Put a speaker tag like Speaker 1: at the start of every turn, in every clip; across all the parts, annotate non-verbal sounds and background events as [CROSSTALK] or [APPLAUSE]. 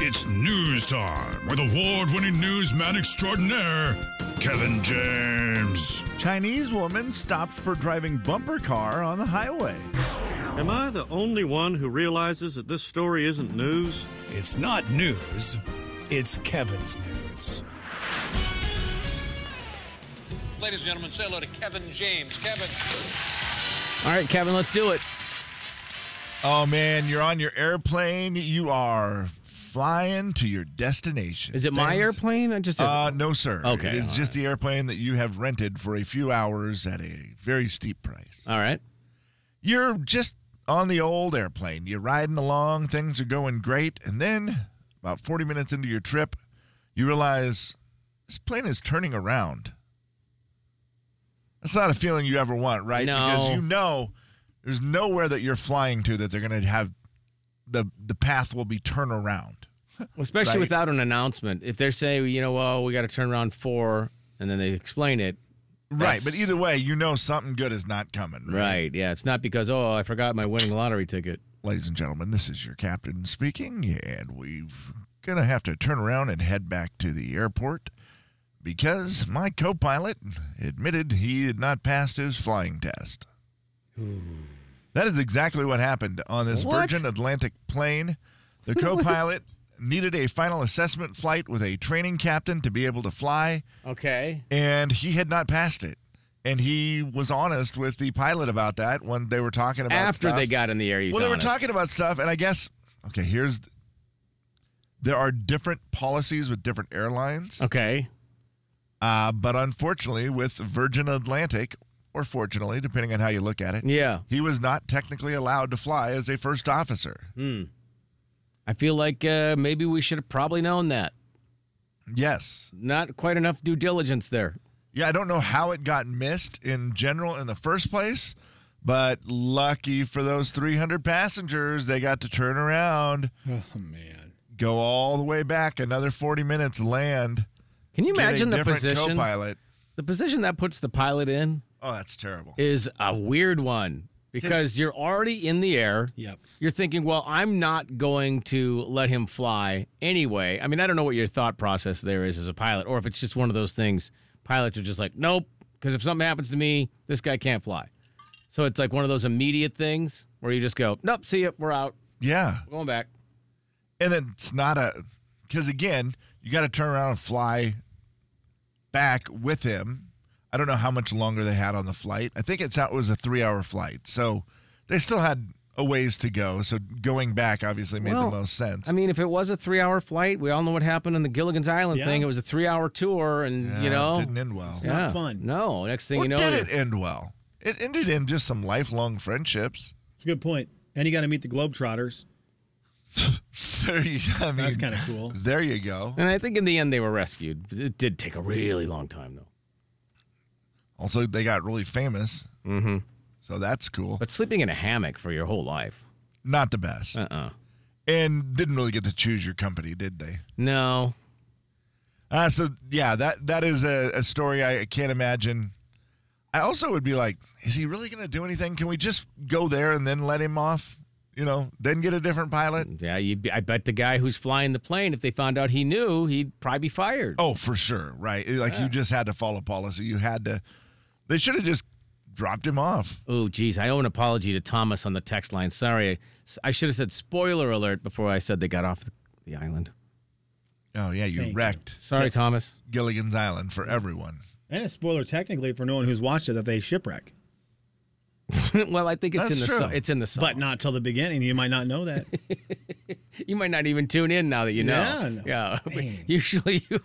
Speaker 1: It's news time with award winning newsman extraordinaire, Kevin James.
Speaker 2: Chinese woman stopped for driving bumper car on the highway.
Speaker 3: Am I the only one who realizes that this story isn't news?
Speaker 4: It's not news, it's Kevin's news.
Speaker 5: Ladies and gentlemen, say hello to Kevin James. Kevin.
Speaker 6: All right, Kevin, let's do it.
Speaker 2: Oh man, you're on your airplane. You are flying to your destination.
Speaker 6: Is it my
Speaker 2: Things-
Speaker 6: airplane? I just
Speaker 2: Uh, no, sir.
Speaker 6: Okay,
Speaker 2: It's
Speaker 6: all
Speaker 2: just the airplane that you have rented for a few hours at a very steep price.
Speaker 6: all right.
Speaker 2: You're just on the old airplane. You're riding along, things are going great. And then, about 40 minutes into your trip, you realize this plane is turning around. That's not a feeling you ever want, right?
Speaker 6: No.
Speaker 2: Because you know there's nowhere that you're flying to that they're going to have the, the path will be turn around.
Speaker 6: Well, especially
Speaker 2: Right.
Speaker 6: without an announcement. If they're saying, you know, well, we got to turn around four, and then they explain it.
Speaker 2: Right.
Speaker 6: That's-
Speaker 2: But either way, you know something good is not coming.
Speaker 6: Right. Yeah. It's not because, oh, I forgot my winning lottery ticket.
Speaker 2: Ladies and gentlemen, this is your captain speaking, and we're going to have to turn around and head back to the airport because my co pilot admitted he had not passed his flying test. That is exactly what happened on this
Speaker 6: What?
Speaker 2: Virgin Atlantic plane.
Speaker 6: [LAUGHS]
Speaker 2: The co pilot needed a final assessment flight with a training captain to be able to fly
Speaker 6: Okay.
Speaker 2: and he had not passed it. And he was honest with the pilot about that when they were talking about
Speaker 6: After they
Speaker 2: stuff.
Speaker 6: got in the area.
Speaker 2: Well, they were talking about stuff, and I guess okay. Here's there are different policies with different airlines,
Speaker 6: Okay.
Speaker 2: uh, but unfortunately, with Virgin Atlantic, or fortunately, depending on how you look at it,
Speaker 6: Yeah.
Speaker 2: he was not technically allowed to fly as a first officer.
Speaker 6: I feel like uh, maybe we should have probably known that.
Speaker 2: Yes,
Speaker 6: Not quite enough due diligence there.
Speaker 2: yeah. I don't know how it got missed in general in the first place, but lucky for those 300 passengers, they got to turn around.
Speaker 4: Oh, man.
Speaker 2: Go all the way back another 40 minutes, land.
Speaker 6: Can you
Speaker 2: get a
Speaker 6: imagine the
Speaker 2: different
Speaker 6: position?
Speaker 2: Co-pilot.
Speaker 6: The position that puts the pilot in
Speaker 2: Oh, that's terrible.
Speaker 6: is a weird one because you're already in the air.
Speaker 4: Yep.
Speaker 6: You're thinking, well, I'm not going to let him fly anyway. I mean, I don't know what your thought process there is as a pilot, or if it's just one of those things. Pilots are just like, nope, because if something happens to me, this guy can't fly. So it's like one of those immediate things where you just go, nope, see it, we're out,
Speaker 2: Yeah.
Speaker 6: we're going back.
Speaker 2: And then it's not a because again, you got to turn around and fly back with him. I don't know how much longer they had on the flight. I think it's it was a three hour flight, so they still had a ways to go. So going back obviously made
Speaker 6: Well,
Speaker 2: the most sense.
Speaker 6: I mean, if it was a three hour flight, we all know what happened on the Gilligan's Island
Speaker 4: Yeah.
Speaker 6: thing. It was a three hour tour, and
Speaker 2: Yeah,
Speaker 6: you know,
Speaker 2: it didn't end well.
Speaker 4: not fun.
Speaker 6: No, next thing
Speaker 2: Or
Speaker 6: you know,
Speaker 2: did
Speaker 6: you're-
Speaker 2: it end well? It ended in just some lifelong friendships.
Speaker 4: It's a good point. And you got to meet the Globetrotters.
Speaker 2: [LAUGHS] There you, I mean,
Speaker 4: That's kinda cool.
Speaker 2: There you go.
Speaker 6: And I think in the end they were rescued. It did take a really long time though.
Speaker 2: Also, they got really famous, mm-hmm. so that's cool.
Speaker 6: But sleeping in a hammock for your whole life.
Speaker 2: Not the best,
Speaker 6: Uh uh
Speaker 2: and didn't really get to choose your company, did they?
Speaker 6: No.
Speaker 2: Uh, so yeah, that that is a, a story I can't imagine. I also would be like, is he really going to do anything? Can we just go there and then let him off? You know, then get a different pilot.
Speaker 6: Yeah, you'd be, I bet the guy who's flying the plane, if they found out he knew, he'd probably be fired.
Speaker 2: Oh, for sure, right? It- Like you just had to follow policy. You had to. They should have just dropped him off.
Speaker 6: Oh, geez, I owe an apology to Thomas on the text line. Sorry, I, I should have said spoiler alert before I said they got off the, the island.
Speaker 2: Oh yeah, you
Speaker 4: Thank you.
Speaker 2: wrecked
Speaker 6: Sorry, Thomas. [LAUGHS]
Speaker 2: Gilligan's Island for everyone.
Speaker 4: And a spoiler, technically, for no one who's watched it, that they shipwreck.
Speaker 6: well, I think it's
Speaker 2: That's
Speaker 6: in the
Speaker 2: true.
Speaker 6: so- it's in the song.
Speaker 4: But not till the beginning. You might not know
Speaker 2: [LAUGHS]
Speaker 4: that.
Speaker 6: You might not even tune in now that you know.
Speaker 4: Yeah, I know.
Speaker 6: Yeah. [LAUGHS]
Speaker 4: Man.
Speaker 6: Usually, you,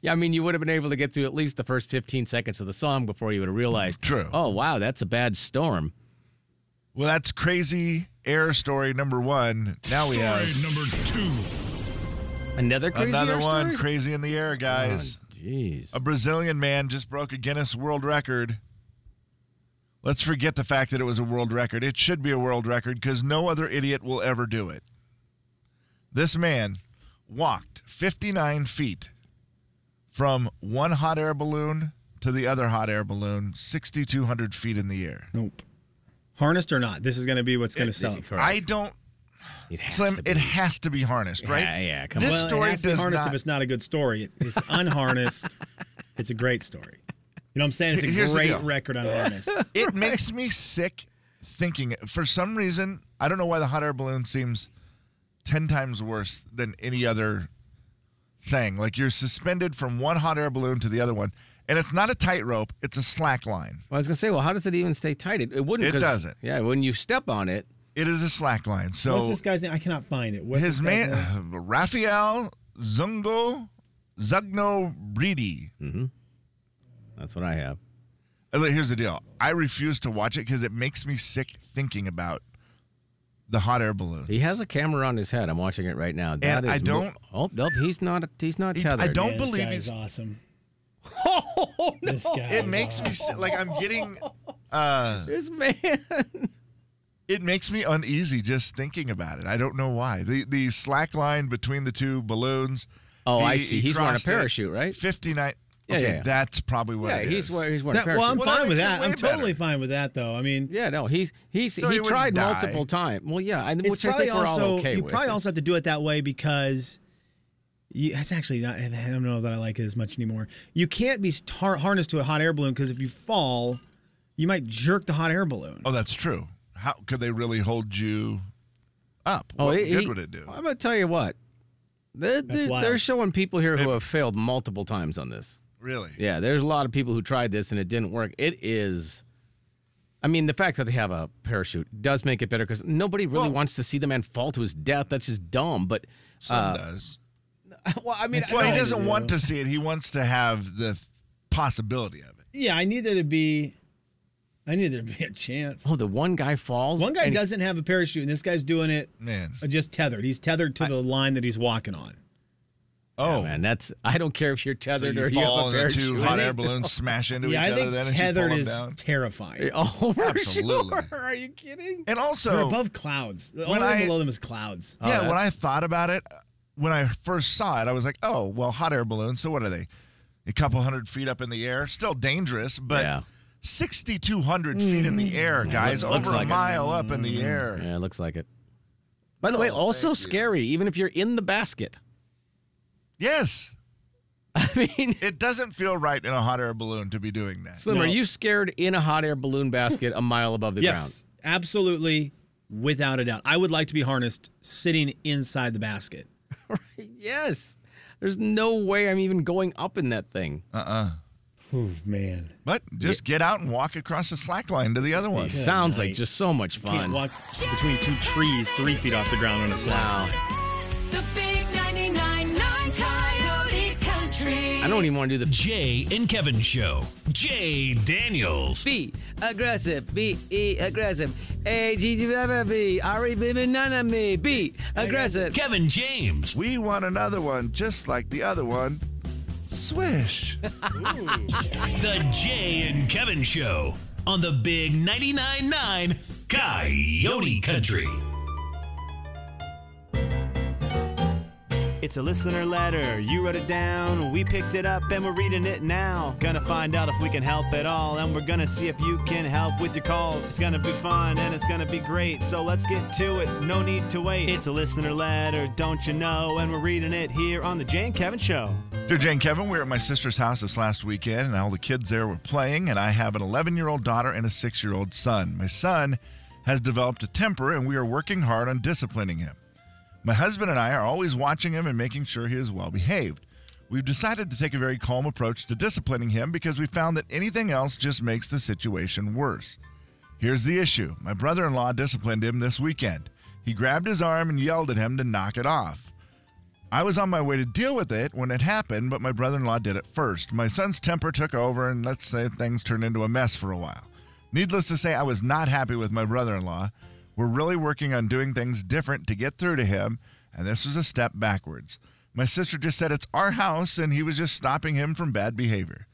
Speaker 6: yeah, I mean, you would have been able to get through at least the first 15 seconds of the song before you would have realized,
Speaker 2: True.
Speaker 6: oh, wow, that's a bad storm.
Speaker 2: Well, that's crazy air story number one. Now we
Speaker 1: story
Speaker 2: have
Speaker 1: number two.
Speaker 6: Another crazy
Speaker 2: another
Speaker 6: air
Speaker 2: one
Speaker 6: story?
Speaker 2: crazy in the air, guys.
Speaker 6: Jeez.
Speaker 2: A Brazilian man just broke a Guinness World Record. Let's forget the fact that it was a world record. It should be a world record because no other idiot will ever do it. This man walked 59 feet from one hot air balloon to the other hot air balloon, 6,200 feet in the air.
Speaker 4: nope. Harnessed or not, this is going to be what's going to sell it for.
Speaker 2: I don't.
Speaker 6: It has
Speaker 2: Slim,
Speaker 6: to be.
Speaker 2: it has to be harnessed, right?
Speaker 6: Yeah, yeah, come
Speaker 2: this
Speaker 6: on.
Speaker 7: Well,
Speaker 2: story
Speaker 7: it has to be
Speaker 2: does
Speaker 7: harnessed
Speaker 2: not.
Speaker 7: if it's not a good story. It-
Speaker 2: [LAUGHS]
Speaker 7: It's unharnessed. it's a great story. You know what I'm saying? It's a
Speaker 2: Here's the
Speaker 7: great
Speaker 2: deal. [LAUGHS]
Speaker 7: record unharnessed. [LAUGHS]
Speaker 2: it makes me sick thinking for some reason i don't know why the hot air balloon seems 10 times worse than any other thing like you're suspended from one hot air balloon to the other one and it's not a tightrope it's a slack line
Speaker 6: Well, I was gonna say, well, how does it even stay tight? It, it wouldn't.
Speaker 2: It
Speaker 6: 'cause-
Speaker 2: doesn't.
Speaker 6: Yeah, when you step on it,
Speaker 2: it is a slack line
Speaker 7: What's
Speaker 2: so
Speaker 7: this guy's name? I cannot find it. What's
Speaker 2: his
Speaker 7: this guy's
Speaker 2: man [SIGHS]
Speaker 7: name?
Speaker 2: raphael zungo zugno breedy
Speaker 6: that's what I have.
Speaker 2: Uh, look, Here's the deal. I refuse to watch it because it makes me sick thinking about the hot air balloon.
Speaker 6: He has a camera on his head. I'm watching it right now. That is
Speaker 2: I
Speaker 6: mo-
Speaker 2: don't-
Speaker 6: oh nope, he's not. He's not
Speaker 2: He- I
Speaker 6: tethered.
Speaker 2: don't
Speaker 7: Man, this
Speaker 2: believe
Speaker 7: guy is
Speaker 2: he's- [LAUGHS]
Speaker 7: awesome.
Speaker 6: Oh no,
Speaker 7: This guy.
Speaker 2: It
Speaker 7: is
Speaker 2: makes me
Speaker 7: awesome.
Speaker 2: sick. like I'm
Speaker 7: [LAUGHS]
Speaker 2: getting. Uh,
Speaker 6: this man.
Speaker 2: it makes me uneasy just thinking about it. I don't know why. The the slack line between the two balloons.
Speaker 6: Oh,
Speaker 2: He-
Speaker 6: I see.
Speaker 2: he
Speaker 6: He's wearing a
Speaker 2: crossed it.
Speaker 6: parachute, right?
Speaker 2: Fifty nine.
Speaker 6: Yeah,
Speaker 2: okay,
Speaker 6: yeah, yeah.
Speaker 2: that's probably what.
Speaker 6: yeah,
Speaker 2: it
Speaker 6: he's
Speaker 2: is.
Speaker 6: wearing. He's wearing
Speaker 7: That-
Speaker 6: a parachute.
Speaker 7: well, I'm
Speaker 2: Well, that
Speaker 7: fine with
Speaker 2: makes it
Speaker 7: that.
Speaker 2: way
Speaker 7: I'm totally
Speaker 2: better.
Speaker 7: fine with that, though. I mean,
Speaker 6: yeah, no, he's he's
Speaker 2: So
Speaker 6: he
Speaker 2: he wouldn't
Speaker 6: tried
Speaker 2: die.
Speaker 6: multiple times. Well, yeah, and
Speaker 7: it's
Speaker 6: which I
Speaker 7: probably
Speaker 6: think we're
Speaker 7: also
Speaker 6: all okay
Speaker 7: you
Speaker 6: with.
Speaker 7: probably also have to do it that way because you, that's actually not. I don't know that I like it as much anymore. You can't be tar- harnessed to a hot air balloon because if you fall, you might jerk the hot air balloon.
Speaker 2: Oh, that's true. How could they really hold you up?
Speaker 6: Oh,
Speaker 2: what
Speaker 6: he-
Speaker 2: good
Speaker 6: he-
Speaker 2: would it do?
Speaker 6: I'm gonna tell you what. They're, they're,
Speaker 7: wild.
Speaker 6: they're showing people here who have failed multiple times on this.
Speaker 2: Really?
Speaker 6: Yeah, there's a lot of people who tried this and it didn't work. It is, I mean, the fact that they have a parachute does make it better because nobody really
Speaker 2: Well-
Speaker 6: wants to see the man fall to his death. That's just dumb. But, [LAUGHS]
Speaker 2: Some does.
Speaker 6: well, uh, I mean,
Speaker 2: Well,
Speaker 6: no,
Speaker 2: he doesn't
Speaker 7: yeah.
Speaker 2: want to see it. He wants to have the possibility of it.
Speaker 7: Yeah, I need there to be. I need there to be a chance.
Speaker 6: oh, the one guy falls.
Speaker 7: One guy
Speaker 6: and-
Speaker 7: doesn't have a parachute, and this guy's doing it
Speaker 2: Man.
Speaker 7: uh, just tethered. He's tethered to the line that he's walking on.
Speaker 6: Yeah,
Speaker 2: Oh,
Speaker 6: man, that's I don't care if you're
Speaker 2: So
Speaker 6: tethered
Speaker 2: you
Speaker 6: or you have
Speaker 2: fall
Speaker 6: a
Speaker 2: and the two
Speaker 6: parachute.
Speaker 2: hot air balloons smash into
Speaker 7: yeah,
Speaker 2: each
Speaker 7: I
Speaker 2: other. Then as
Speaker 7: think
Speaker 2: you pull
Speaker 7: tethered
Speaker 2: them
Speaker 7: is
Speaker 2: down.
Speaker 7: terrifying.
Speaker 6: [LAUGHS] Oh, for
Speaker 2: Absolutely.
Speaker 6: sure. Are you kidding?
Speaker 2: And
Speaker 7: They're
Speaker 2: also,
Speaker 7: above clouds. The
Speaker 2: when
Speaker 7: only thing
Speaker 2: I-
Speaker 7: below them is clouds.
Speaker 2: yeah,
Speaker 6: Oh,
Speaker 2: when
Speaker 6: that's-
Speaker 2: I thought about it, when I first saw it, I was like, oh, well, hot air balloons. So what are they? A couple hundred feet up in the air, still dangerous, but
Speaker 6: Yeah.
Speaker 2: 6,200 feet in the air, guys,
Speaker 6: looks
Speaker 2: over
Speaker 6: like
Speaker 2: a
Speaker 6: it. Hmm.
Speaker 2: mile up in the air.
Speaker 6: Yeah, it looks like it. By the way, also scary, even if you're in the basket. [LAUGHS]
Speaker 2: Yes,
Speaker 6: I mean,
Speaker 2: it doesn't feel right in a hot air balloon to be doing that.
Speaker 6: Slim,
Speaker 7: No.
Speaker 6: are you scared in a hot air balloon basket a mile above the ground?
Speaker 7: Yes, absolutely, without a doubt. I would like to be harnessed sitting inside the basket.
Speaker 6: Yes. There's no way I'm even going up in that thing.
Speaker 7: Oh man,
Speaker 2: But just get out and walk across the slack line to the other one.
Speaker 6: It sounds like
Speaker 7: night.
Speaker 6: just so much
Speaker 7: can't
Speaker 6: fun.
Speaker 7: walk between two trees three feet off the ground on a slab.
Speaker 8: The big 99.9 Coyote Country.
Speaker 6: I don't even want to do the
Speaker 4: Jay and Kevin Show. Jay Daniels.
Speaker 6: B aggressive, B E aggressive, A G G F B R E B B none of me, B aggressive.
Speaker 4: Kevin James.
Speaker 2: We want another one just like the other one. Swish.
Speaker 4: The Jay and Kevin Show on the Big 99.9 9 Coyote Country.
Speaker 9: It's a listener letter. You wrote it down. We picked it up and we're reading it now. Gonna find out if we can help at all. And we're gonna see if you can help with your calls. It's gonna be fun and it's gonna be great. So let's get to it. No need to wait. It's a listener letter, don't you know? And we're reading it here on The Jane Kevin Show.
Speaker 2: Dear Jane Kevin, we were at my sister's house this last weekend, and all the kids there were playing. And I have an 11 year old daughter and a 6 year old son. My son has developed a temper, and we are working hard on disciplining him. My husband and I are always watching him and making sure he is well behaved. We've decided to take a very calm approach to disciplining him because we found that anything else just makes the situation worse. Here's the issue my brother in law disciplined him this weekend. He grabbed his arm and yelled at him to knock it off. I was on my way to deal with it when it happened, but my brother in law did it first. My son's temper took over, and let's say things turned into a mess for a while. Needless to say, I was not happy with my brother in law. We're really working on doing things different to get through to him, and this was a step backwards. My sister just said it's our house, and he was just stopping him from bad behavior.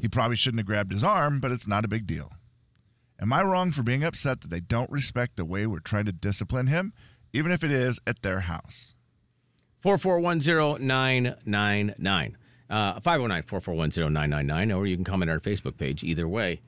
Speaker 2: He probably shouldn't have grabbed his arm, but it's not a big deal. Am I wrong for being upset that they don't respect the way we're trying to discipline him, even if it is at their house?
Speaker 6: 4410999. Uh, 509-441-0999, or you can comment on our Facebook page. Either way,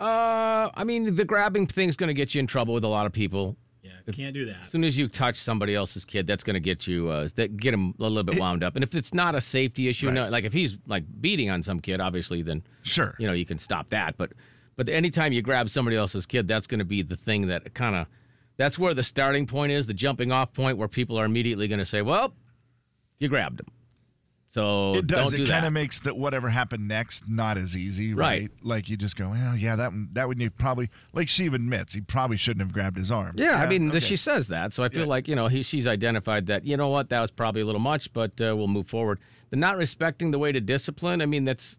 Speaker 6: uh, I mean, the grabbing thing's going to get you in trouble with a lot of people. Yeah,
Speaker 10: Can't do that.
Speaker 6: As soon as you touch somebody else's kid, that's going to get you uh, that get him a little bit wound up. And if it's not a safety issue, no, like if he's like beating on some kid, obviously, then
Speaker 2: Sure.
Speaker 6: you know you can stop that. But but anytime you grab somebody else's kid, that's going to be the thing that kind of that's where the starting point is, the jumping off point where people are immediately going to say, "Well, you grabbed him." So
Speaker 2: It does.
Speaker 6: Don't do
Speaker 2: it
Speaker 6: that.
Speaker 2: kind of makes that whatever happened next not as easy, right?
Speaker 6: Right.
Speaker 2: Like you just go, well, yeah, that one- that would you probably like. She even admits he probably shouldn't have grabbed his arm.
Speaker 6: Yeah, I mean, th- she says that, so I feel like you know he, she's identified that you know what that was probably a little much, but uh, we'll move forward. The not respecting the way to discipline. I mean, that's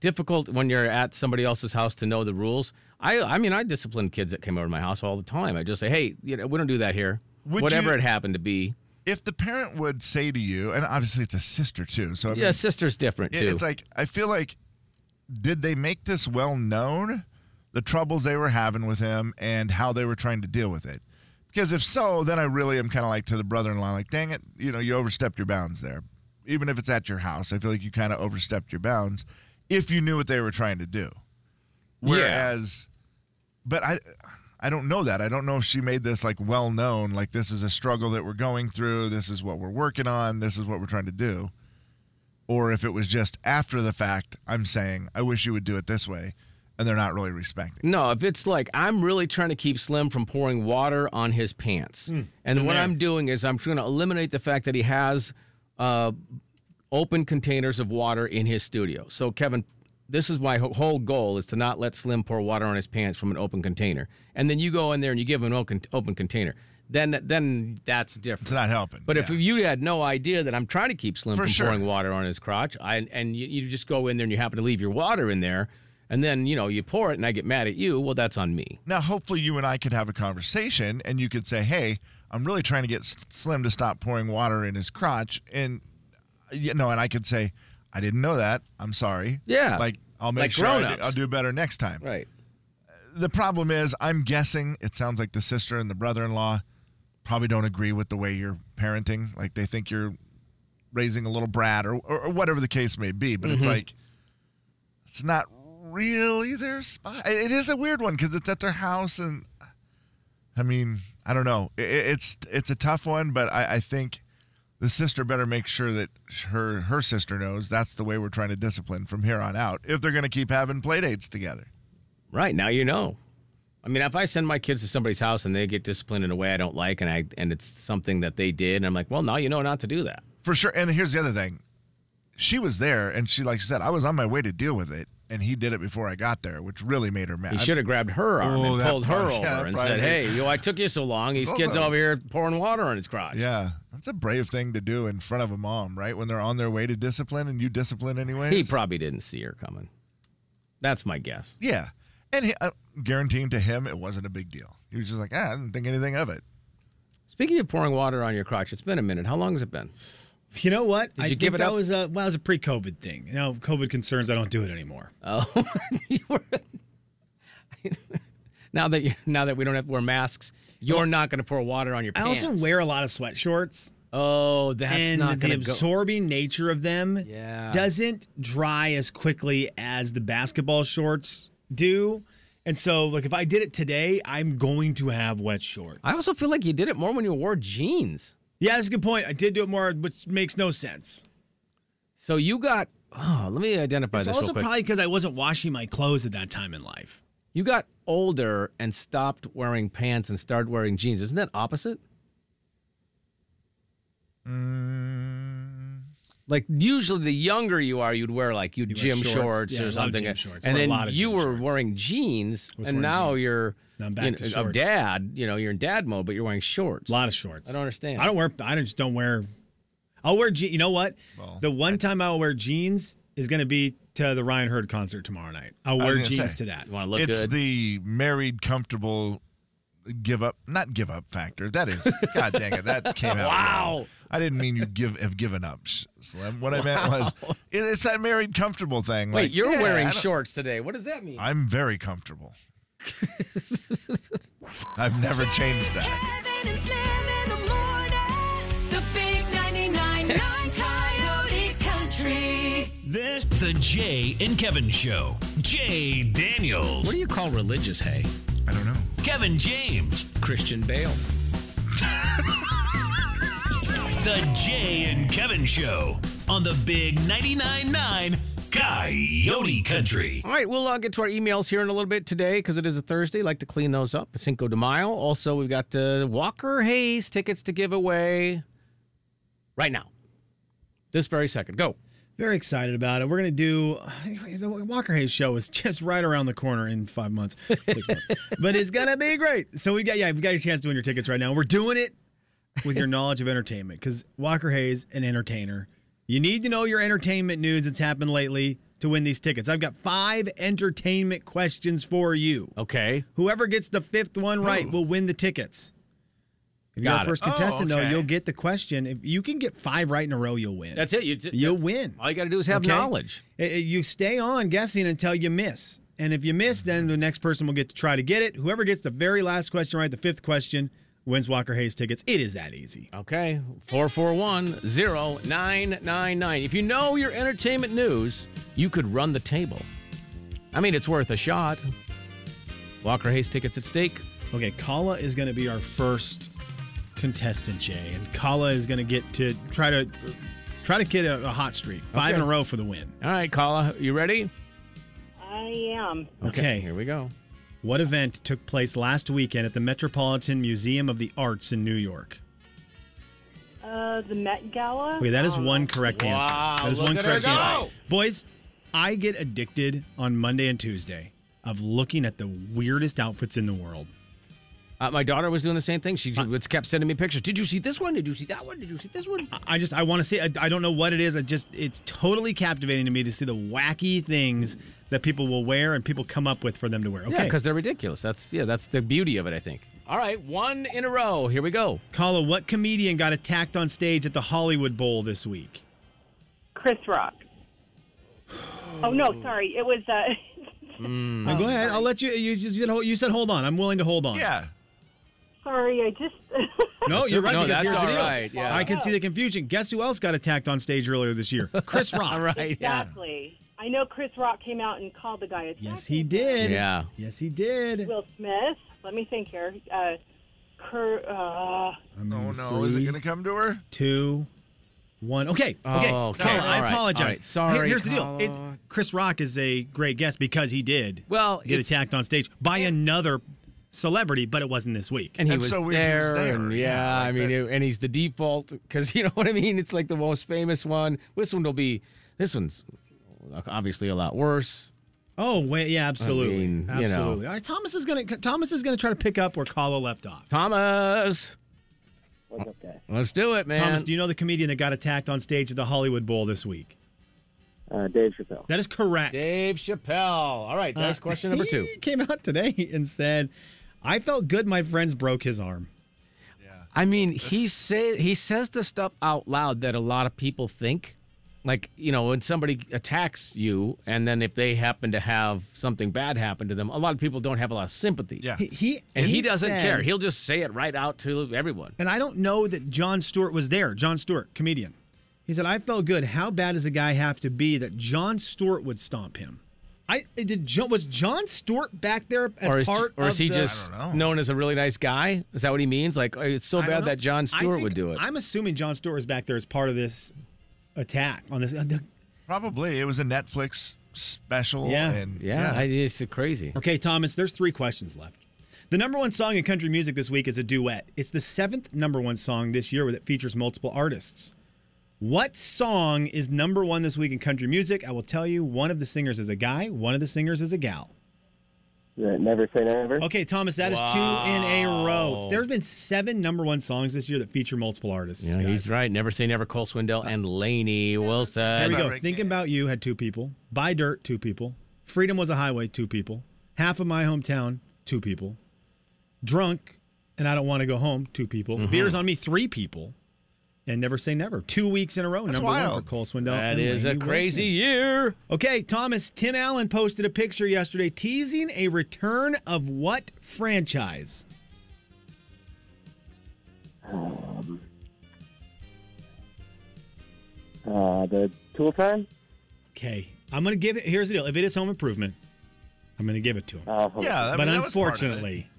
Speaker 6: difficult when you're at somebody else's house to know the rules. I, I mean, I discipline kids that came over to my house all the time. I just say, hey, you know, we don't do that here.
Speaker 2: Would
Speaker 6: Whatever
Speaker 2: you-
Speaker 6: it happened to be.
Speaker 2: If the parent would say to you, and obviously it's a sister too, so I mean,
Speaker 6: Yeah, sister's different
Speaker 2: it-
Speaker 6: too.
Speaker 2: it's like I feel like did they make this well known, the troubles they were having with him and how they were trying to deal with it? Because if so, then I really am kind of like to the brother-in-law, like, dang it, you know, you overstepped your bounds there. Even if it's at your house, I feel like you kind of overstepped your bounds if you knew what they were trying to do. Whereas, but I, I don't know that. I don't know if she made this like well known. Like this is a struggle that we're going through. This is what we're working on. This is what we're trying to do. Or if it was just after the fact, I'm saying I wish you would do it this way, and they're not really respecting.
Speaker 6: No, if it's like I'm really trying to keep Slim from pouring water on his pants, and what I'm doing is I'm trying to eliminate the fact that he has uh, open containers of water in his studio. So, Kevin, this is my wh- whole goal is to not let Slim pour water on his pants from an open container. And then you go in there and you give him an open, open container. Then, then that's different.
Speaker 2: It's not helping.
Speaker 6: But if
Speaker 2: Yeah.
Speaker 6: you had no idea that I'm trying to keep Slim
Speaker 2: For
Speaker 6: from
Speaker 2: sure.
Speaker 6: pouring water on his crotch, I, and you, you just go in there and you happen to leave your water in there, and then you know you pour it, and I get mad at you. Well, that's on me.
Speaker 2: now, hopefully, you and I could have a conversation, and you could say, "Hey, I'm really trying to get S- Slim to stop pouring water in his crotch," and you know, and I could say, "I didn't know that. I'm sorry."
Speaker 6: Yeah.
Speaker 2: like I'll make
Speaker 6: Like
Speaker 2: sure I do,
Speaker 6: grown-ups.
Speaker 2: I'll do better next time.
Speaker 6: Right.
Speaker 2: the problem is, I'm guessing it sounds like the sister and the brother in law probably don't agree with the way you're parenting. Like they think you're raising a little brat or, or, or whatever the case may be. But it's like, it's not really their spot. It is a weird one because it's at their house. And I mean, I don't know. I- I it's, it's a tough one, but I, I think the sister better make sure that her, her sister knows that's the way we're trying to discipline from here on out if they're going to keep having play dates together.
Speaker 6: Right now you know. I mean, if I send my kids to somebody's house and they get disciplined in a way I don't like, and I and it's something that they did, and I'm like, well, now you know not to do that.
Speaker 2: For sure. And here's the other thing. She was there and she like she said, I was on my way to deal with it, and he did it before I got there, which really made her mad.
Speaker 6: He should have grabbed her arm
Speaker 2: Oh,
Speaker 6: and
Speaker 2: that
Speaker 6: pulled her
Speaker 2: probably-
Speaker 6: over
Speaker 2: [LAUGHS] yeah, that
Speaker 6: and
Speaker 2: probably-
Speaker 6: said, "Hey, you, I took you so long. These
Speaker 2: It's
Speaker 6: kids
Speaker 2: also-
Speaker 6: over here pouring water on his crotch."
Speaker 2: Yeah. That's a brave thing to do in front of a mom, right? When they're on their way to discipline and you discipline anyway.
Speaker 6: He probably didn't see her coming. That's my guess.
Speaker 2: Yeah. And he, uh, guaranteeing to him it wasn't a big deal. He was just like, ah, I didn't think anything of it.
Speaker 6: Speaking of pouring water on your crotch, it's been a minute. How long has it
Speaker 7: [LAUGHS]
Speaker 6: been?
Speaker 7: You know what? I
Speaker 6: you
Speaker 7: think
Speaker 6: give it
Speaker 7: that
Speaker 6: up?
Speaker 7: was a well, that was a pre-COVID thing. Now COVID concerns, I don't do it anymore.
Speaker 6: Oh, you were. now that you, now that we don't have to wear masks, you're not going to pour water on your
Speaker 7: I
Speaker 6: pants.
Speaker 7: also wear a lot of sweatshorts,
Speaker 6: Oh, that's
Speaker 7: and
Speaker 6: not
Speaker 7: the
Speaker 6: going to go.
Speaker 7: absorbing nature of them
Speaker 6: Yeah.
Speaker 7: doesn't dry as quickly as the basketball shorts do. And so, like, if I did it today, I'm going to have wet shorts.
Speaker 6: I also feel like you did it more when you wore jeans.
Speaker 7: yeah, that's a good point. I did do it more, which makes no sense.
Speaker 6: So you got. Oh, let me identify
Speaker 7: It's
Speaker 6: this
Speaker 7: also
Speaker 6: real quick.
Speaker 7: probably because I wasn't washing my clothes at that time in life.
Speaker 6: you got older and stopped wearing pants and started wearing jeans. Isn't that opposite? Like usually, the younger you are, you'd wear like you'd
Speaker 7: Mm. You wear
Speaker 6: gym
Speaker 7: shorts.
Speaker 6: shorts,
Speaker 7: Yeah, I
Speaker 6: or
Speaker 7: love
Speaker 6: something,
Speaker 7: gym shorts. I
Speaker 6: and
Speaker 7: wear a
Speaker 6: then
Speaker 7: lot of
Speaker 6: you
Speaker 7: gym
Speaker 6: were
Speaker 7: shorts.
Speaker 6: wearing jeans,
Speaker 7: was
Speaker 6: and
Speaker 7: wearing
Speaker 6: now
Speaker 7: jeans.
Speaker 6: you're
Speaker 7: Now I'm back
Speaker 6: you
Speaker 7: to
Speaker 6: know, of
Speaker 7: shorts.
Speaker 6: dad. You know, you're in dad mode, but you're wearing shorts.
Speaker 7: A lot of shorts.
Speaker 6: I don't understand.
Speaker 7: I don't wear. I just don't wear. I'll wear jeans. You know what? the one time I'll wear jeans is going to be to the Ryan Hurd concert tomorrow night. I'll
Speaker 2: was
Speaker 7: wear
Speaker 2: gonna
Speaker 7: jeans
Speaker 2: say.
Speaker 7: to that.
Speaker 6: You want to look
Speaker 2: it's
Speaker 6: good?
Speaker 2: the married, comfortable give up not give up factor.
Speaker 6: [LAUGHS]
Speaker 2: That is god dang it, that came out.
Speaker 6: Wow.
Speaker 2: wrong. I didn't mean you give have given up, Sh- Slim. What I meant was it- it's that married comfortable thing.
Speaker 6: Wait,
Speaker 2: like,
Speaker 6: you're
Speaker 2: yeah, I
Speaker 6: wearing
Speaker 2: don't-
Speaker 6: shorts today. What does that mean?
Speaker 2: I'm
Speaker 6: [LAUGHS]
Speaker 2: very comfortable. I've never changed that.
Speaker 8: Kevin and Slim in the morning. The big 99.9 Coyote Country.
Speaker 4: This the Jay and Kevin Show. Jay Daniels,
Speaker 6: you call religious hay?
Speaker 2: I don't know.
Speaker 4: Kevin James,
Speaker 6: Christian Bale.
Speaker 4: The Jay and Kevin Show on the Big 99.9 9 Coyote Country.
Speaker 6: All right, we'll uh, get to our emails here in a little bit today because it is a Thursday. Like to clean those up. It's Cinco de Mayo. Also, we've got uh, Walker Hayes tickets to give away right now, this very second. Go.
Speaker 7: Very excited about it. We're going to do [SIGHS] the Walker Hayes show is just right around the corner in five months, six months. but it's going to be great. So we got yeah, we got your chance to win your tickets right now. We're doing it with your knowledge of entertainment because Walker Hayes, an entertainer, you need to know your entertainment news that's happened lately to win these tickets. I've got five entertainment questions for you.
Speaker 6: Okay.
Speaker 7: Whoever gets the fifth one right will win the tickets. If you're
Speaker 6: Hmm. Got
Speaker 7: our
Speaker 6: it.
Speaker 7: first
Speaker 2: Oh,
Speaker 7: contestant, though,
Speaker 2: okay.
Speaker 7: you'll get the question. If you can get five right in a row, you'll win.
Speaker 6: That's it. You, t-
Speaker 7: you'll
Speaker 6: that's-
Speaker 7: win.
Speaker 6: All you got to do is have
Speaker 7: Okay?
Speaker 6: knowledge.
Speaker 7: I- I- You stay on guessing until you miss. And if you miss, then the next person will get to try to get it. Whoever gets the very last question right, the fifth question, wins Walker Hayes tickets. It is that easy.
Speaker 6: Okay. 441-0999. If you know your entertainment news, you could run the table. I mean, it's worth a shot. Walker Hayes tickets at stake.
Speaker 7: Okay, Kala is going to be our first contestant, Jay, and Kala is going to get to try to try to get a, a hot streak, five
Speaker 6: Okay.
Speaker 7: in a row for the win.
Speaker 6: All right, Kala, you ready?
Speaker 10: I am.
Speaker 7: Okay.
Speaker 6: Here we go.
Speaker 7: What event took place last weekend at the Metropolitan Museum of the Arts in New York?
Speaker 10: Uh, the Met Gala.
Speaker 7: Okay, that is
Speaker 10: Um,
Speaker 7: one correct
Speaker 6: Wow,
Speaker 7: answer. That is
Speaker 6: look
Speaker 7: one
Speaker 6: at her
Speaker 7: correct
Speaker 6: go.
Speaker 7: answer. Boys, I get addicted on Monday and Tuesday of looking at the weirdest outfits in the world.
Speaker 6: Uh, my daughter was doing the same thing. She just kept sending me pictures. Did you see this one? Did you see that one? Did you see this one?
Speaker 7: I- I just I want to see. I, I don't know what it is. I just it's totally captivating to me to see the wacky things that people will wear and people come up with for them to wear.
Speaker 6: Yeah,
Speaker 7: Okay,
Speaker 6: because they're ridiculous. That's yeah, that's the beauty of it, I think. All right, one in a row. Here we go.
Speaker 7: Kala, what comedian got attacked on stage at the Hollywood Bowl this week?
Speaker 10: Chris Rock. Oh
Speaker 7: [SIGHS]
Speaker 10: no, sorry. It was. Uh,
Speaker 6: [LAUGHS]
Speaker 7: Mm. Now,
Speaker 6: Oh,
Speaker 7: go ahead. I'll let you. You just said, hold- you said hold on. I'm willing to hold on.
Speaker 2: Yeah.
Speaker 10: sorry, I just. [LAUGHS]
Speaker 7: No, you're right.
Speaker 6: No,
Speaker 7: because
Speaker 6: that's
Speaker 7: here's the
Speaker 6: all
Speaker 7: deal.
Speaker 6: right, yeah.
Speaker 7: I [LAUGHS] can see the confusion. Guess who else got attacked on stage earlier
Speaker 6: [LAUGHS]
Speaker 7: this year? Chris Rock.
Speaker 6: All right. Yeah.
Speaker 10: exactly. I know Chris Rock came out and called the guy. a
Speaker 7: Yes,
Speaker 10: tacky
Speaker 7: he did.
Speaker 6: Yeah.
Speaker 7: Yes, he did.
Speaker 10: Will Smith. Let me think here. Uh, Cur- uh,
Speaker 7: I'm
Speaker 2: Oh
Speaker 7: in
Speaker 2: no, is it
Speaker 7: three,
Speaker 2: gonna come to her?
Speaker 7: two, one. Okay. Okay.
Speaker 6: Oh, okay.
Speaker 7: Colin,
Speaker 6: All
Speaker 7: I
Speaker 6: right.
Speaker 7: apologize.
Speaker 6: All right. Sorry,
Speaker 7: Here- here's the deal.
Speaker 6: Colin.
Speaker 7: Chris Rock is a great guest because he did
Speaker 6: Well,
Speaker 7: get
Speaker 6: it's-
Speaker 7: attacked on stage by another celebrity, but it wasn't this week.
Speaker 6: and he
Speaker 2: That's
Speaker 6: was
Speaker 2: so weird he
Speaker 6: there,
Speaker 2: was there.
Speaker 6: and yeah,
Speaker 2: Yeah, like
Speaker 6: I mean, it- and he's the default because [LAUGHS] you know what I mean. It's like the most famous one. This one will be, this one's obviously a lot worse.
Speaker 7: Oh wait, yeah, absolutely,
Speaker 6: I mean, you know.
Speaker 7: absolutely. All right, Thomas is gonna Thomas is gonna try to pick up where Kala left off.
Speaker 6: Thomas,
Speaker 10: What's up, guys?
Speaker 6: let's do it, man.
Speaker 7: Thomas, do you know the comedian that got attacked on stage at the Hollywood Bowl this week?
Speaker 10: Uh, Dave Chappelle.
Speaker 7: That is correct.
Speaker 6: Dave Chappelle. All right,
Speaker 7: Uh,
Speaker 6: that's question number two.
Speaker 7: He came out today and said, "I felt good. My friends broke his arm."
Speaker 6: I mean, he say he says the stuff out loud that a lot of people think. Like, you know, when somebody attacks you and then if they happen to have something bad happen to them, a lot of people don't have a lot of sympathy.
Speaker 2: Yeah.
Speaker 7: He, he
Speaker 6: And he, doesn't
Speaker 7: said-
Speaker 6: care. He'll just say it right out to everyone.
Speaker 7: and I don't know that John Stewart was there. John Stewart, comedian. He said, "I felt good. How bad does a guy have to be that John Stewart would stomp him?" I eh, did. Jo- Was John Stewart back there as
Speaker 6: or is,
Speaker 7: part?
Speaker 6: or
Speaker 7: of
Speaker 6: is he
Speaker 7: the-
Speaker 6: just
Speaker 2: I don't know.
Speaker 6: known as a really nice guy? Is that what he means? Like, oh, it's so
Speaker 7: I don't
Speaker 6: bad
Speaker 7: know.
Speaker 6: that John
Speaker 7: I
Speaker 6: Stewart
Speaker 7: think-
Speaker 6: would do it.
Speaker 7: I'm assuming John Stewart was back there as part of this attack on this. uh,
Speaker 2: Probably. It was a Netflix special.
Speaker 7: Yeah.
Speaker 2: And,
Speaker 6: yeah, I, it's crazy.
Speaker 7: Okay, Thomas, there's three questions left. The number one song in country music this week is a duet. It's the seventh number one song this year that features multiple artists. What song is number one this week in country music? I will tell you, one of the singers is a guy, one of the singers is a gal.
Speaker 10: Never say never.
Speaker 7: Okay, Thomas, that is two in a row. There's been seven number one songs this year that feature multiple artists.
Speaker 6: Yeah, he's
Speaker 7: guys.
Speaker 6: right. Never say never. Cole Swindell and Laney Wilson.
Speaker 7: There we
Speaker 2: Am I
Speaker 7: go.
Speaker 2: right,
Speaker 7: Thinking
Speaker 2: Dan?
Speaker 7: About You had two people. Buy Dirt, two people. Freedom Was a Highway, two people. Half of My Hometown, two people. Drunk and I Don't Want to Go Home, two people.
Speaker 6: Mm-hmm.
Speaker 7: Beers on Me, three people. And Never Say Never, two weeks in a row. number one
Speaker 2: wild.
Speaker 7: for Cole Swindell.
Speaker 6: That
Speaker 7: and
Speaker 6: is a
Speaker 7: Lainey
Speaker 6: crazy
Speaker 7: Wilson.
Speaker 6: year.
Speaker 7: Okay, Thomas, Tim Allen posted a picture yesterday teasing a return of what franchise?
Speaker 10: Uh, the Tool Time.
Speaker 7: Okay, I'm going to give it. Here's the deal. If it is Home Improvement, I'm going to give it to him.
Speaker 10: Uh,
Speaker 2: Yeah, I mean,
Speaker 7: but
Speaker 2: that was part of it.
Speaker 7: unfortunately,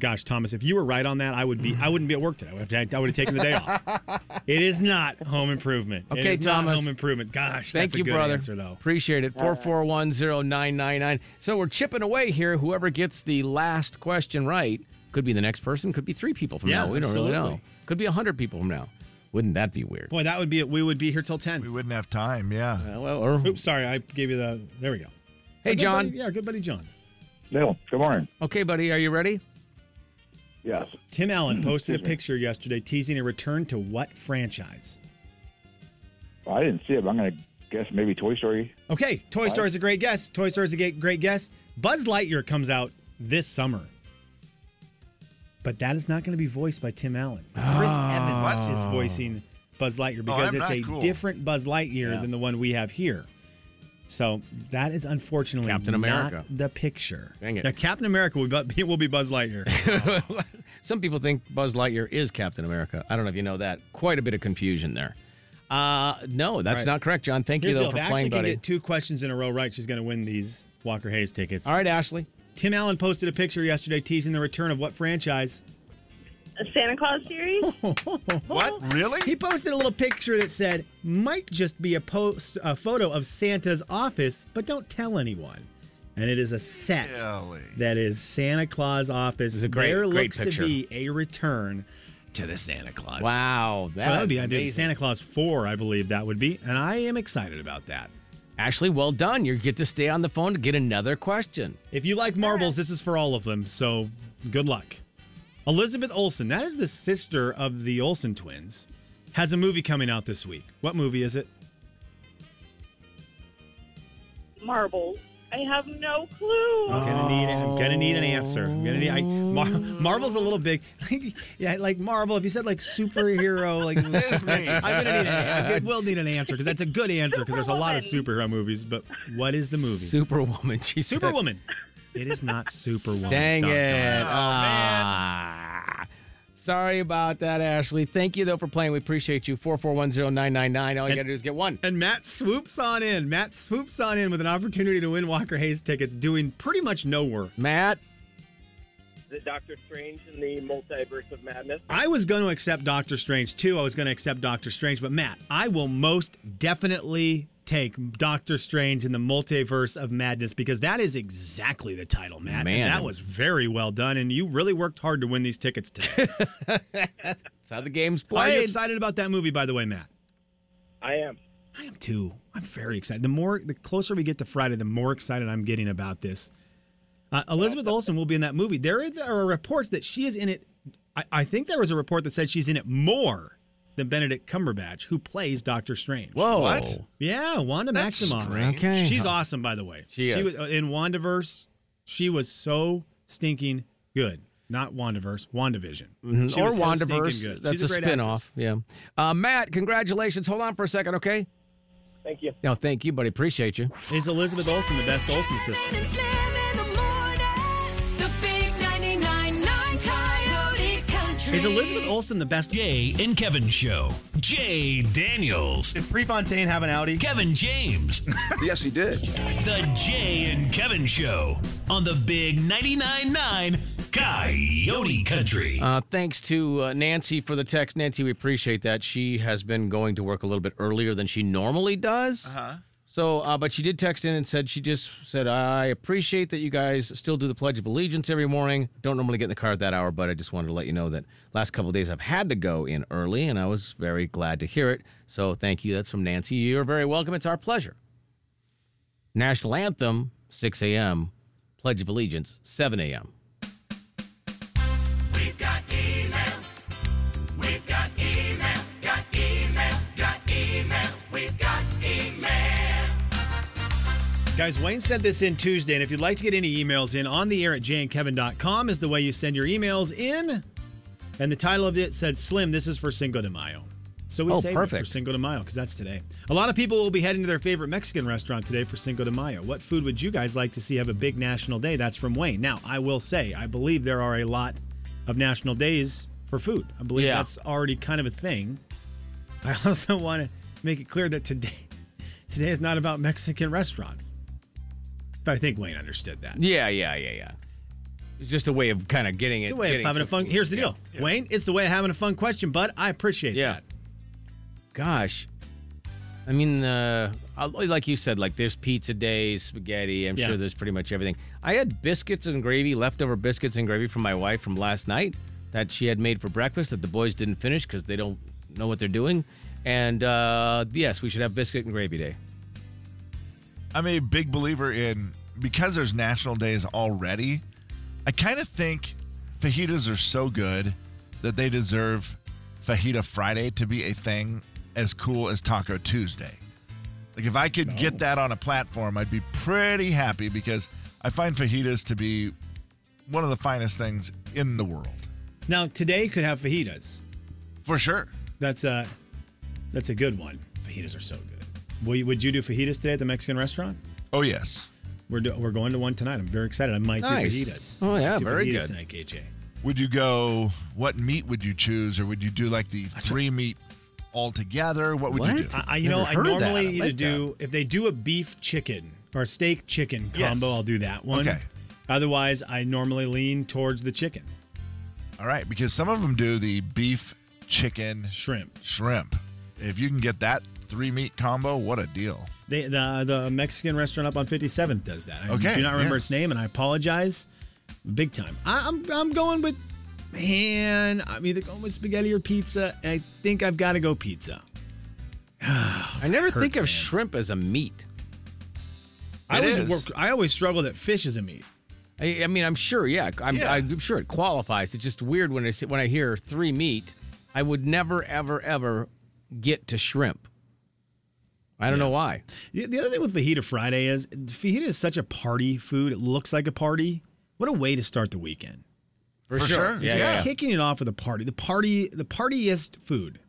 Speaker 7: Gosh, Thomas, if you were right on that, I would be. I wouldn't be at work today. I would have, I would have taken the day off. It is not Home Improvement. It
Speaker 6: Okay,
Speaker 7: is not
Speaker 6: Thomas.
Speaker 7: home Improvement. Gosh,
Speaker 6: Thank
Speaker 7: that's a
Speaker 6: you,
Speaker 7: good
Speaker 6: brother.
Speaker 7: answer, though.
Speaker 6: Appreciate it. Four four one zero nine nine nine. So we're chipping away here. Whoever gets the last question right could be the next person. Could be three people from
Speaker 7: Yeah,
Speaker 6: now. We don't really know.
Speaker 7: absolutely.
Speaker 6: Could be a hundred people from now. Wouldn't that be weird?
Speaker 7: Boy, that would be. We would be here till ten.
Speaker 2: We wouldn't have time. Yeah.
Speaker 6: Uh, well, or-
Speaker 7: Oops, sorry, I gave you the. There we go.
Speaker 6: hey,
Speaker 7: Good
Speaker 6: John.
Speaker 7: buddy- yeah, good buddy, John.
Speaker 11: Bill, good morning.
Speaker 6: Okay, buddy, are you ready? [LAUGHS]
Speaker 11: Yes.
Speaker 7: Tim Allen
Speaker 11: Hmm,
Speaker 7: posted a picture yesterday teasing a return to what franchise?
Speaker 11: Well, I didn't see it, but I'm going to guess maybe Toy Story.
Speaker 7: Okay, Toy Story is a great guess. Toy Story is a ge- great guess. Buzz Lightyear comes out this summer. But that is not going to be voiced by Tim Allen. Chris
Speaker 6: Ah.
Speaker 7: Evans is voicing Buzz
Speaker 6: Oh,
Speaker 7: Lightyear because
Speaker 2: I'm
Speaker 7: it's
Speaker 2: not
Speaker 7: a
Speaker 2: cool.
Speaker 7: different Buzz Lightyear than the one we have here. So that is unfortunately
Speaker 6: Captain
Speaker 7: not
Speaker 6: America.
Speaker 7: the picture.
Speaker 6: Dang it.
Speaker 7: Yeah, Captain America will be, will be Buzz Lightyear.
Speaker 6: Some people think Buzz Lightyear is Captain America. I don't know if you know that. Quite a bit of confusion there. Uh, no, that's
Speaker 7: Right.
Speaker 6: not correct, John. Thank
Speaker 7: Here's
Speaker 6: you
Speaker 7: the
Speaker 6: though
Speaker 7: deal. If
Speaker 6: for playing,
Speaker 7: Ashley can
Speaker 6: buddy.
Speaker 7: get two questions in a row right, she's going to win these Walker Hayes tickets.
Speaker 6: All right, Ashley.
Speaker 7: Tim Allen posted a picture yesterday teasing the return of what franchise?
Speaker 10: A Santa Claus [LAUGHS] series?
Speaker 2: What? Really?
Speaker 7: He posted a little picture that said, might just be a post a photo of Santa's office, but don't tell anyone. And it is a set
Speaker 2: Really?
Speaker 7: that is Santa Claus office.
Speaker 6: is a great-
Speaker 7: there
Speaker 6: great
Speaker 7: looks
Speaker 6: picture.
Speaker 7: to be a return to the Santa Claus.
Speaker 6: Wow,
Speaker 7: so that would be
Speaker 6: is
Speaker 7: I did
Speaker 6: amazing.
Speaker 7: Santa Claus 4, I believe that would be. And I am excited about that.
Speaker 6: Ashley, well done. You get to stay on the phone to get another question.
Speaker 7: If you like marbles, this is for all of them. So good luck. Elizabeth Olsen, that is the sister of the Olsen twins, has a movie coming out this week. What movie is it?
Speaker 10: Marbles. I have no clue.
Speaker 7: I'm gonna need. I'm gonna need an answer. I'm gonna need. I, Mar- Marvel's a little big. [LAUGHS] yeah, like Marvel. If you said like superhero, like
Speaker 2: Disney.
Speaker 7: [LAUGHS] I'm gonna need. An, I will need an answer because that's a good answer because there's a lot of superhero movies. But what is the movie?
Speaker 6: Superwoman, [LAUGHS] she said.
Speaker 7: Superwoman. [LAUGHS] Uh, It is not Superwoman.
Speaker 6: Dang
Speaker 7: Doggone
Speaker 6: it. Ah. Sorry about that, Ashley. Thank you, though, for playing. We appreciate you. 4410999. All you got
Speaker 7: And-
Speaker 6: to do is get one.
Speaker 7: And Matt swoops on in. Matt swoops on in with an opportunity to win Walker Hayes tickets, doing pretty much no work.
Speaker 6: Matt,
Speaker 12: The Doctor Strange and the Multiverse of Madness.
Speaker 7: I was going to accept Doctor Strange too. I was going to accept Doctor Strange, but Matt, I will most definitely take Doctor Strange in the Multiverse of Madness because that is exactly the title, Matt.
Speaker 6: Man.
Speaker 7: And that was very well done, and you really worked hard to win these tickets today.
Speaker 6: that's how the game's
Speaker 7: Are you
Speaker 6: played.
Speaker 7: excited about that movie, by the way, Matt?
Speaker 12: I am.
Speaker 7: I am too. I'm very excited. The more, the closer we get to Friday, the more excited I'm getting about this. Uh, Elizabeth Olsen will be in that movie. There is- there are reports that she is in it. I, I think there was a report that said she's in it more than Benedict Cumberbatch, who plays Doctor Strange.
Speaker 6: Whoa.
Speaker 2: What?
Speaker 7: Yeah, Wanda
Speaker 2: That's
Speaker 7: Maximoff.
Speaker 2: strange.
Speaker 6: Okay.
Speaker 7: She's awesome, by the way.
Speaker 6: She is.
Speaker 7: was uh, in Wandaverse. She was so stinking good. Not Wandaverse, Wandavision. She
Speaker 6: Mm-hmm. or
Speaker 7: was so stinking
Speaker 6: Wandaverse.
Speaker 7: good.
Speaker 6: That's
Speaker 7: She's
Speaker 6: a,
Speaker 7: great
Speaker 6: spinoff. Yeah. Uh, Matt, congratulations. Hold on for a second, okay?
Speaker 12: Thank you.
Speaker 6: No, thank you, buddy. Appreciate you.
Speaker 7: actress. Is Elizabeth Olsen the best Olsen sister?
Speaker 8: and Slim in the morning. The big 99.9 Coyote Country.
Speaker 7: Is Elizabeth Olsen the best?
Speaker 4: Jay and Kevin Show. Jay Daniels.
Speaker 7: Did Prefontaine have an Audi?
Speaker 4: Kevin James.
Speaker 11: [LAUGHS] Yes, he did.
Speaker 4: The Jay and Kevin Show on the Big 99.9 9 Coyote Country.
Speaker 6: Uh, thanks to uh, Nancy for the text. Nancy, we appreciate that. She has been going to work a little bit earlier than she normally does. Uh-huh. So, uh, but she did text in and said she just said, "I appreciate that you guys still do the Pledge of Allegiance every morning. Don't normally get in the car at that hour, but I just wanted to let you know that last couple of days I've had to go in early, and I was very glad to hear it. So, thank you. That's from Nancy. You're very welcome. It's our pleasure. National anthem, 6 a.m. Pledge of Allegiance, 7 a.m.
Speaker 7: Guys, Wayne sent this in Tuesday, and if you'd like to get any emails in, on the air at jandkevin.com is the way you send your emails in. And the title of it said, Slim, this is for Cinco de Mayo. So we
Speaker 6: Oh,
Speaker 7: saved it for
Speaker 6: perfect.
Speaker 7: Cinco de Mayo because that's today. A lot of people will be heading to their favorite Mexican restaurant today for Cinco de Mayo. What food would you guys like to see have a big national day? That's from Wayne. Now, I will say, I believe there are a lot of national days for food. I believe
Speaker 6: Yeah.
Speaker 7: that's already kind of a thing. I [LAUGHS] also want to make it clear that today today is not about Mexican restaurants. But I think Wayne understood that.
Speaker 6: Yeah, yeah, yeah, yeah. It's just a way of kind of getting it.
Speaker 7: It's a way of
Speaker 6: getting
Speaker 7: having
Speaker 6: to
Speaker 7: a fun.
Speaker 6: food.
Speaker 7: Here's the
Speaker 6: Yeah.
Speaker 7: deal, Wayne. It's the way of having a fun question, bud. I appreciate
Speaker 6: yeah.
Speaker 7: that.
Speaker 6: Gosh. I mean, uh, I- like you said, like there's pizza days, spaghetti. I'm
Speaker 7: Yeah.
Speaker 6: sure there's pretty much everything. I had biscuits and gravy, leftover biscuits and gravy from my wife from last night that she had made for breakfast that the boys didn't finish because they don't know what they're doing. And uh, yes, we should have biscuit and gravy day.
Speaker 2: I'm a big believer in because there's national days already. I kind of think fajitas are so good that they deserve Fajita Friday to be a thing as cool as Taco Tuesday. Like if I could get that on a platform, I'd be pretty happy because I find fajitas to be one of the finest things in the world.
Speaker 7: Now today could have fajitas.
Speaker 2: For sure.
Speaker 7: That's a that's a good one. Fajitas are so good. Will you, would you do fajitas today at the Mexican restaurant?
Speaker 2: Oh yes.
Speaker 7: We're do, we're going to one tonight. I'm very excited. I might
Speaker 2: Nice.
Speaker 7: do fajitas.
Speaker 2: Oh, yeah,
Speaker 7: Do
Speaker 2: very
Speaker 7: fajitas
Speaker 2: good.
Speaker 7: Tonight, KJ.
Speaker 2: Would you go? What meat would you choose, or would you do like the three meat all together? What would you do?
Speaker 7: I, I- you know, I normally either do if they do a beef chicken or steak chicken
Speaker 2: Yes.
Speaker 7: combo, I'll do that one.
Speaker 2: Okay.
Speaker 7: Otherwise, I normally lean towards the chicken.
Speaker 2: All right, because some of them do the beef, chicken,
Speaker 7: shrimp,
Speaker 2: shrimp. If you can get that three meat combo, what a deal!
Speaker 7: They, the the Mexican restaurant up on 57th does that. I
Speaker 2: Okay,
Speaker 7: do not
Speaker 2: yeah.
Speaker 7: remember its name, and I apologize, big time. I, I'm I'm going with man. I'm either going with spaghetti or pizza. And I think I've got to go pizza.
Speaker 6: I never
Speaker 7: hurts,
Speaker 6: think of
Speaker 7: man.
Speaker 6: shrimp as a meat.
Speaker 7: I
Speaker 6: It
Speaker 7: always
Speaker 6: is.
Speaker 7: work- I always struggle that fish is a meat.
Speaker 6: I, I mean, I'm sure. Yeah, I'm,
Speaker 7: Yeah.
Speaker 6: I'm sure it qualifies. It's just weird when I see- when I hear three meat. I would never, ever, ever get to shrimp. I don't know why.
Speaker 7: The, the other thing with fajita Friday is fajita is such a party food. It looks like a party. What a way to start the weekend.
Speaker 6: For, sure. Yeah,
Speaker 7: Just
Speaker 6: yeah, yeah.
Speaker 7: kicking it off with a party. The party, the partiest food,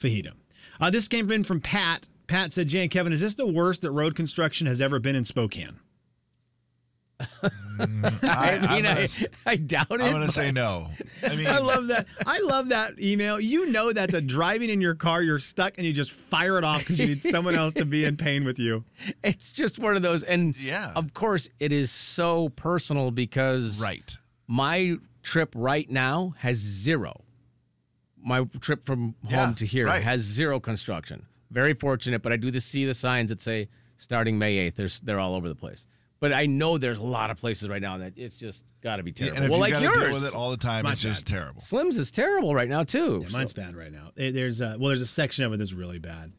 Speaker 7: fajita. Uh, this came in from Pat. Pat said, "Jay and Kevin, is this the worst that road construction has ever been in Spokane?"
Speaker 6: [LAUGHS]
Speaker 2: I,
Speaker 7: I mean,
Speaker 2: I'm gonna
Speaker 7: I-
Speaker 2: s-
Speaker 6: I doubt it.
Speaker 2: I'm gonna
Speaker 6: but-
Speaker 2: say no. I mean,
Speaker 7: love that. I love that email. You know that's a driving in your car. You're stuck, and you just fire it off because you need someone else to be in pain with you.
Speaker 6: It's just one of those, and
Speaker 2: yeah,
Speaker 6: of course, it is so personal because
Speaker 2: right.
Speaker 6: My trip right now has zero. My trip from home
Speaker 2: Yeah,
Speaker 6: to here
Speaker 2: right.
Speaker 6: has zero construction. Very fortunate, but I do the, see the signs that say starting May eighth. They're they're all over the place. But I know there's a lot of places right now that it's just got to be terrible.
Speaker 2: And if
Speaker 6: well,
Speaker 2: you
Speaker 6: like
Speaker 2: gotta
Speaker 6: yours,
Speaker 2: deal with it all the time,
Speaker 6: My
Speaker 2: it's just
Speaker 6: bad.
Speaker 2: terrible.
Speaker 6: Slim's is terrible right now too.
Speaker 7: Yeah, mine's
Speaker 6: so-
Speaker 7: bad right now. Eh, There's a, well, there's a section of it that's really bad.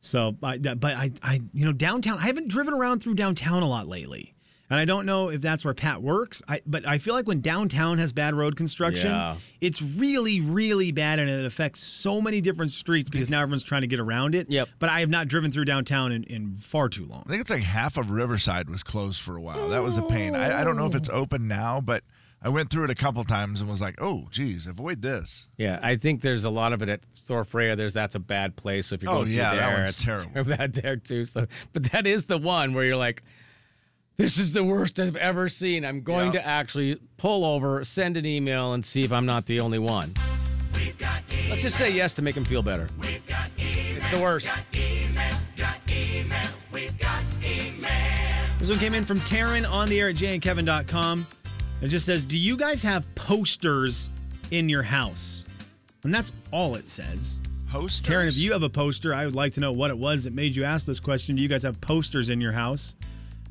Speaker 7: So, I, that- but I, I, you know, downtown. I haven't driven around through downtown a lot lately, and I don't know if that's where Pat works. I, but I feel like when downtown has bad road construction,
Speaker 6: Yeah.
Speaker 7: it's really, really bad, and it affects so many different streets because now everyone's trying to get around it. Yep. But I have not driven through downtown in, in far too long.
Speaker 2: I think it's like half of Riverside was closed for a while. That was a pain. I, I don't know if it's open now, but I went through it a couple times and was like, oh, geez, avoid this.
Speaker 6: Yeah, I think there's a lot of it at Thor Freya. There's that's a bad place. So if you're
Speaker 2: Oh,
Speaker 6: going through
Speaker 2: yeah,
Speaker 6: there,
Speaker 2: that one's
Speaker 6: it's [LAUGHS]
Speaker 2: terrible.
Speaker 6: bad there too. So, but that is the one where you're like, this is the worst I've ever seen. I'm going to actually pull over, send an email, and see if I'm not the only one. Let's just say yes to make him feel better. It's the worst.
Speaker 7: This one came in from Taryn on the air at jandkevin.com. It just says, Do you guys have posters in your house? And that's all it says.
Speaker 2: Posters?
Speaker 7: Taryn, if you have a poster, I would like to know what it was that made you ask this question. Do you guys have posters in your house?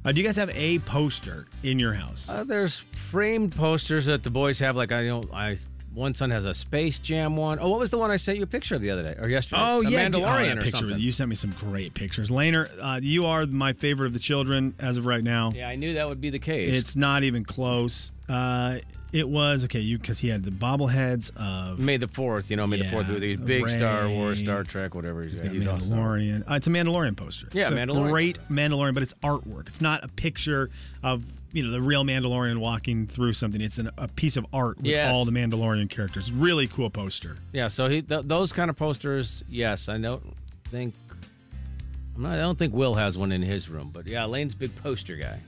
Speaker 7: Uh, do you guys have a poster in your house?
Speaker 6: Uh, there's framed posters that the boys have. Like I know, I one son has a Space Jam one. Oh, what was the one I sent you a picture of the other day or yesterday?
Speaker 7: Oh
Speaker 6: the
Speaker 7: yeah,
Speaker 6: Mandalorian
Speaker 7: oh, that
Speaker 6: or
Speaker 7: picture.
Speaker 6: something.
Speaker 7: You sent me some great pictures, Laner. Uh, you are my favorite of the children as of right now.
Speaker 6: Yeah, I knew that would be the case.
Speaker 7: It's not even close. Uh, it was okay. You because he had the bobbleheads of
Speaker 6: May the fourth, you know, May the
Speaker 7: Yeah,
Speaker 6: fourth with these big Star
Speaker 7: Ray.
Speaker 6: Wars, Star Trek, whatever. He's,
Speaker 7: He's
Speaker 6: got.
Speaker 7: got
Speaker 6: he's awesome.
Speaker 7: Mandalorian. Uh, it's a Mandalorian poster.
Speaker 6: Yeah,
Speaker 7: It's a
Speaker 6: Mandalorian.
Speaker 7: Great Mandalorian, but it's artwork. It's not a picture of you know the real Mandalorian walking through something. It's an, a piece of art with
Speaker 6: Yes.
Speaker 7: all the Mandalorian characters. Really cool poster.
Speaker 6: Yeah, so he th- those kind of posters. Yes, I don't think. I'm not, I don't think Will has one in his room, but yeah, Lane's a big poster guy.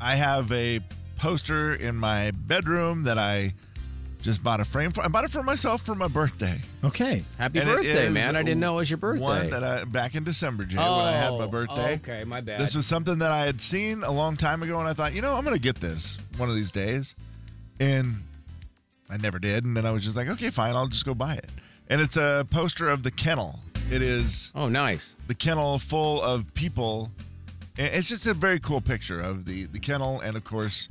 Speaker 2: I have a poster in my bedroom that I just bought a frame for. I bought it for myself for my birthday.
Speaker 7: Okay.
Speaker 6: Happy
Speaker 2: And it
Speaker 6: birthday,
Speaker 2: is
Speaker 6: man! I didn't know it was your birthday.
Speaker 2: One that I back in December, Jay, when I had
Speaker 6: Oh,
Speaker 2: my birthday.
Speaker 6: okay, my bad.
Speaker 2: This was something that I had seen a long time ago, and I thought, you know, I'm gonna get this one of these days. And I never did. And then I was just like, okay, fine, I'll just go buy it. And it's a poster of the kennel. It is.
Speaker 6: Oh, nice.
Speaker 2: The kennel full of people. And It's just a very cool picture of the, the kennel. And of course,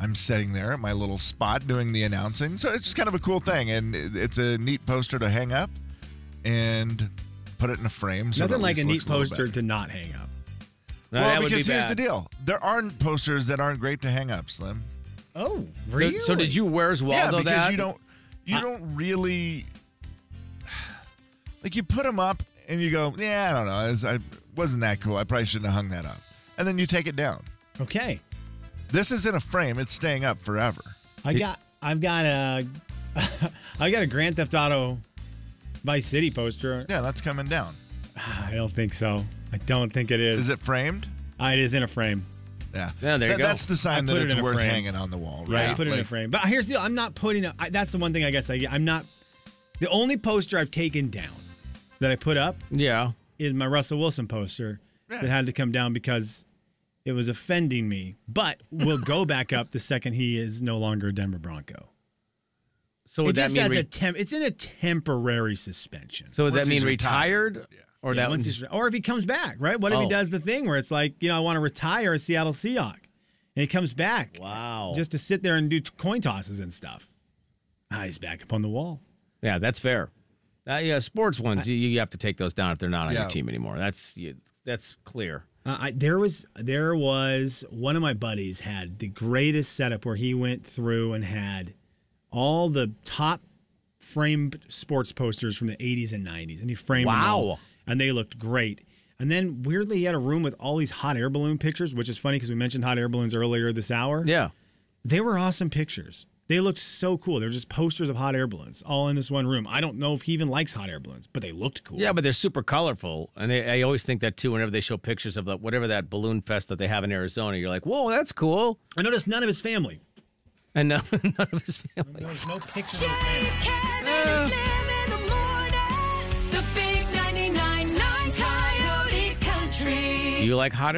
Speaker 2: I'm sitting there at my little spot doing the announcing. So it's just kind of a cool thing. And it- it's a neat poster to hang up and put it in a frame. So it
Speaker 7: Nothing
Speaker 2: at
Speaker 7: like a
Speaker 2: least
Speaker 7: neat
Speaker 2: looks little
Speaker 7: poster
Speaker 2: better.
Speaker 7: to not hang up.
Speaker 2: well, because here's the deal there aren't posters that aren't great to hang up, Slim.
Speaker 7: Oh,
Speaker 6: So, so did you Where's Waldo
Speaker 2: yeah, because
Speaker 6: that?
Speaker 2: you don't you
Speaker 6: I-
Speaker 2: don't really like you put them up and you go yeah I don't know it's, I wasn't that cool I probably shouldn't have hung that up and then you take it down.
Speaker 7: Okay.
Speaker 2: This is in a frame. It's staying up forever.
Speaker 7: I got I've got a [LAUGHS] I got a Grand Theft Auto Vice City poster.
Speaker 2: Yeah, that's coming down.
Speaker 6: Ah,
Speaker 7: I don't think so. I don't think it is.
Speaker 2: Is it framed?
Speaker 7: Uh, it is in a frame.
Speaker 2: Yeah.
Speaker 6: Yeah, there you
Speaker 2: That-
Speaker 6: go.
Speaker 2: That's the sign
Speaker 7: I put
Speaker 2: that
Speaker 7: it
Speaker 2: it's
Speaker 7: in a
Speaker 2: worth
Speaker 7: frame.
Speaker 2: hanging on the wall,
Speaker 7: Yeah,
Speaker 2: right?
Speaker 7: I put it in a
Speaker 2: Like,
Speaker 7: frame. But here's the deal. I'm not putting a, I, that's the one thing I guess I get. I'm not the only poster I've taken down that I put up.
Speaker 6: Yeah.
Speaker 7: Is my Russell Wilson poster
Speaker 2: Yeah.
Speaker 7: that had to come down because it was offending me. But will go back up the second he is no longer a Denver Bronco.
Speaker 6: So would
Speaker 7: it
Speaker 6: that
Speaker 7: just
Speaker 6: mean
Speaker 7: has
Speaker 6: re-
Speaker 7: a temp it's in a temporary suspension.
Speaker 6: So would that
Speaker 7: Once
Speaker 6: mean
Speaker 7: he's
Speaker 6: retired? Or
Speaker 7: Yeah,
Speaker 6: that
Speaker 7: once
Speaker 6: one's
Speaker 7: he's- or if he comes back, right? What if
Speaker 6: Oh.
Speaker 7: he does the thing where it's like, you know, I want to retire a Seattle Seahawk, and he comes back,
Speaker 6: wow,
Speaker 7: just to sit there and do t- coin tosses and stuff. Ah, he's back up on the wall.
Speaker 6: yeah, that's fair. Uh, yeah, sports ones you, you have to take those down if they're not on
Speaker 7: Yeah.
Speaker 6: your team anymore. That's you, that's clear.
Speaker 7: Uh, I, there was there was one of my buddies had the greatest setup where he went through and had all the top framed sports posters from the 80s and 90s, and he framed them all,
Speaker 6: Wow.
Speaker 7: and they looked great. And then weirdly, he had a room with all these hot air balloon pictures, which is funny because we mentioned hot air balloons earlier this hour.
Speaker 6: Yeah,
Speaker 7: they were awesome pictures. They looked so cool. They're just posters of hot air balloons all in this one room. I don't know if he even likes hot air balloons, but they looked cool.
Speaker 6: Yeah, but they're super colorful, and they, I always think that too. Whenever they show pictures of the, whatever that balloon fest that they have in Arizona, you're like, "Whoa, that's cool."
Speaker 7: I noticed none of his family,
Speaker 6: and [LAUGHS] no, none of his family.
Speaker 7: [LAUGHS] There's no pictures.
Speaker 8: Jay, Kevin, and Slim in the morning. The big 999 Coyote Country.
Speaker 6: Do you like hot air